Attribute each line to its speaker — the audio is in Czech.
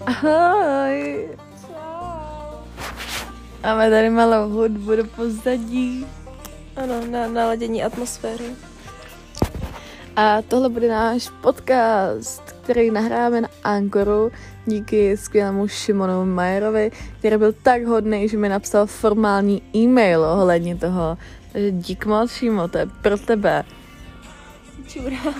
Speaker 1: Ahoj.
Speaker 2: Čau.
Speaker 1: Máme tady malou hudbu do pozadí.
Speaker 2: Ano, na naladění atmosféry.
Speaker 1: A tohle bude náš podcast, který nahráme na Ankoru díky skvělému Šimonu Majerovi, který byl tak hodný, že mi napsal formální e-mail ohledně toho. Takže dík moc, Šimo, to je pro tebe.
Speaker 2: Čurá.